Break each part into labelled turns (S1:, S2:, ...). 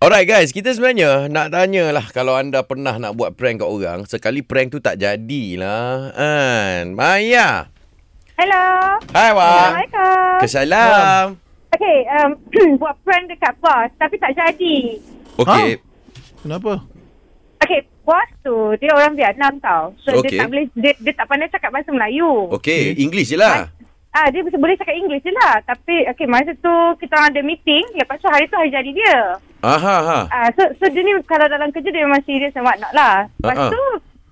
S1: Alright guys, kita sebenarnya nak tanya lah kalau anda pernah nak buat prank kat orang, sekali prank tu tak jadilah. Kan? Maya.
S2: Hello.
S1: Hai Wak.
S2: Assalamualaikum.
S1: Kesalam.
S2: Okay, um, buat prank dekat bos tapi tak jadi.
S1: Okey.
S3: Kenapa?
S2: Okay, bos tu dia orang Vietnam tau. So
S1: Okey.
S2: okay. dia tak boleh dia, dia tak pandai cakap bahasa Melayu.
S1: Okey, English je lah.
S2: Ah, dia bisa- boleh cakap English je lah. Tapi okay, masa tu kita orang ada meeting, lepas tu hari tu hari jadi dia.
S1: Aha ha.
S2: Ah, so so dia ni kalau dalam kerja dia memang serius and whatnot lah. Lepas
S1: Ah, ah.
S2: uh-huh. tu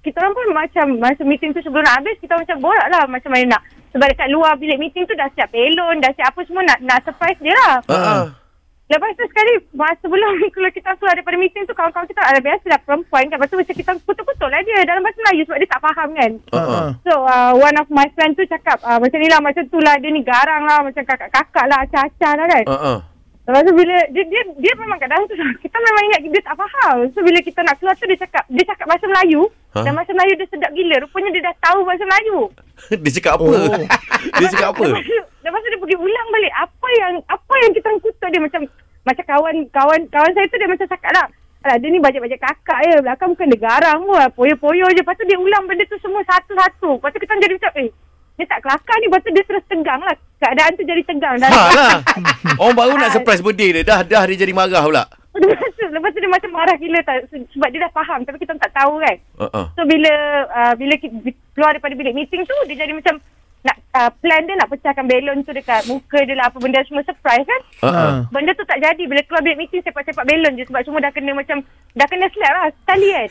S2: kita orang pun macam masa meeting tu sebelum nak habis kita orang macam borak lah macam mana nak sebab dekat luar bilik meeting tu dah siap balon, dah siap apa semua nak nak surprise dia lah.
S1: Ha. ha.
S2: Lepas tu sekali Masa belum Kalau kita keluar daripada meeting tu Kawan-kawan kita ada biasa lah Perempuan kan Lepas tu macam kita Kutuk-kutuk lah dia Dalam bahasa Melayu Sebab dia tak faham kan
S1: Ha. ha.
S2: So uh, one of my friend tu cakap uh, Macam ni lah Macam tu lah Dia ni garang lah Macam kakak-kakak lah Acah-acah lah kan
S1: Ha. ha.
S2: Lepas tu bila Dia dia, dia memang kat dalam tu Kita memang ingat Dia tak faham So bila kita nak keluar tu Dia cakap Dia cakap bahasa Melayu
S1: Ha?
S2: Dan bahasa Melayu dia sedap gila Rupanya dia dah tahu bahasa Melayu
S1: Dia cakap apa?
S3: Oh.
S1: Dia cakap apa?
S2: Lepas tu, lepas tu dia pergi ulang balik apa yang apa yang kita orang kutuk dia macam macam kawan kawan kawan saya tu dia macam cakap lah Alah, dia ni bajak-bajak kakak je. Belakang bukan dia garang pun. Poyo-poyo je. Lepas tu dia ulang benda tu semua satu-satu. Lepas tu kita orang jadi macam, eh, dia tak kelakar ni. Lepas tu dia terus tegang lah. Keadaan tu jadi tegang. Dan
S1: Ha lah. Orang baru nak surprise birthday dia. Dah dah dia jadi marah pula.
S2: lepas, tu, lepas tu dia macam marah gila tau. Sebab dia dah faham. Tapi kita orang tak tahu kan.
S1: Ha ah.
S2: So bila uh, bila ki- bi- keluar daripada bilik meeting tu dia jadi macam nak uh, plan dia nak pecahkan balon tu dekat muka dia lah apa benda semua surprise kan.
S1: Ha ah.
S2: Benda tu tak jadi bila keluar bilik meeting sepak-sepak balon je sebab semua dah kena macam dah kena slap lah sekali kan.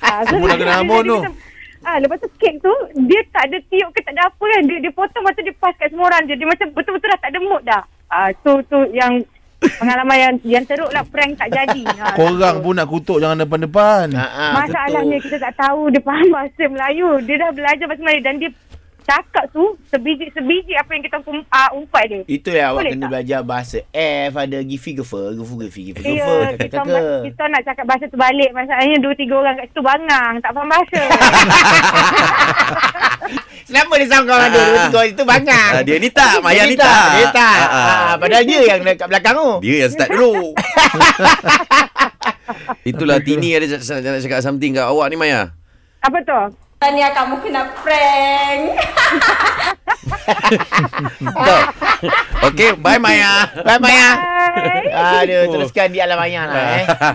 S2: Ah, so
S3: Semua dah
S2: dia-
S3: kena
S2: dia
S3: ambon
S2: jadi
S3: tu.
S2: macam- Ah, lepas tu kek tu dia tak ada tiup ke tak ada apa kan. Dia, dia potong lepas tu dia pass kat semua orang je. Dia macam betul-betul dah tak ada mood dah. Ah, tu tu yang pengalaman yang yang teruk lah prank tak jadi. Ah,
S3: Korang
S2: tu.
S3: pun nak kutuk jangan depan-depan.
S1: Ha.
S4: Ah,
S2: Masalahnya kita tak tahu dia faham bahasa Melayu. Dia dah belajar bahasa Melayu dan dia cakap tu sebiji-sebiji apa yang kita um, uh, umpat dia.
S4: Itu yang awak
S2: Boleh
S4: kena
S2: tak?
S4: belajar bahasa F ada gifi gefer gefu gefi gefi
S2: Ya,
S4: gefer
S2: kita,
S4: kata-kata.
S2: ma- kita nak cakap bahasa terbalik. Masalahnya dua tiga orang kat situ bangang. Tak faham bahasa.
S4: Kenapa dia sangka orang ada
S1: Ah.
S4: dua tiga orang itu banyak.
S1: Ah, dia ni tak, Maya ni tak.
S4: Dia tak.
S1: Ah, ah.
S4: Ah, padahal dia yang dekat belakang tu.
S1: Dia yang start dulu. Itulah Tini ada c- c- nak cakap something kat awak ni Maya.
S2: apa tu?
S5: Tania kamu kena prank.
S1: Tak. Okey, bye Maya.
S4: Bye Maya.
S2: Hai.
S1: Oh. Ah.
S4: Aduh, teruskan di alam Maya lah eh.
S1: Bye.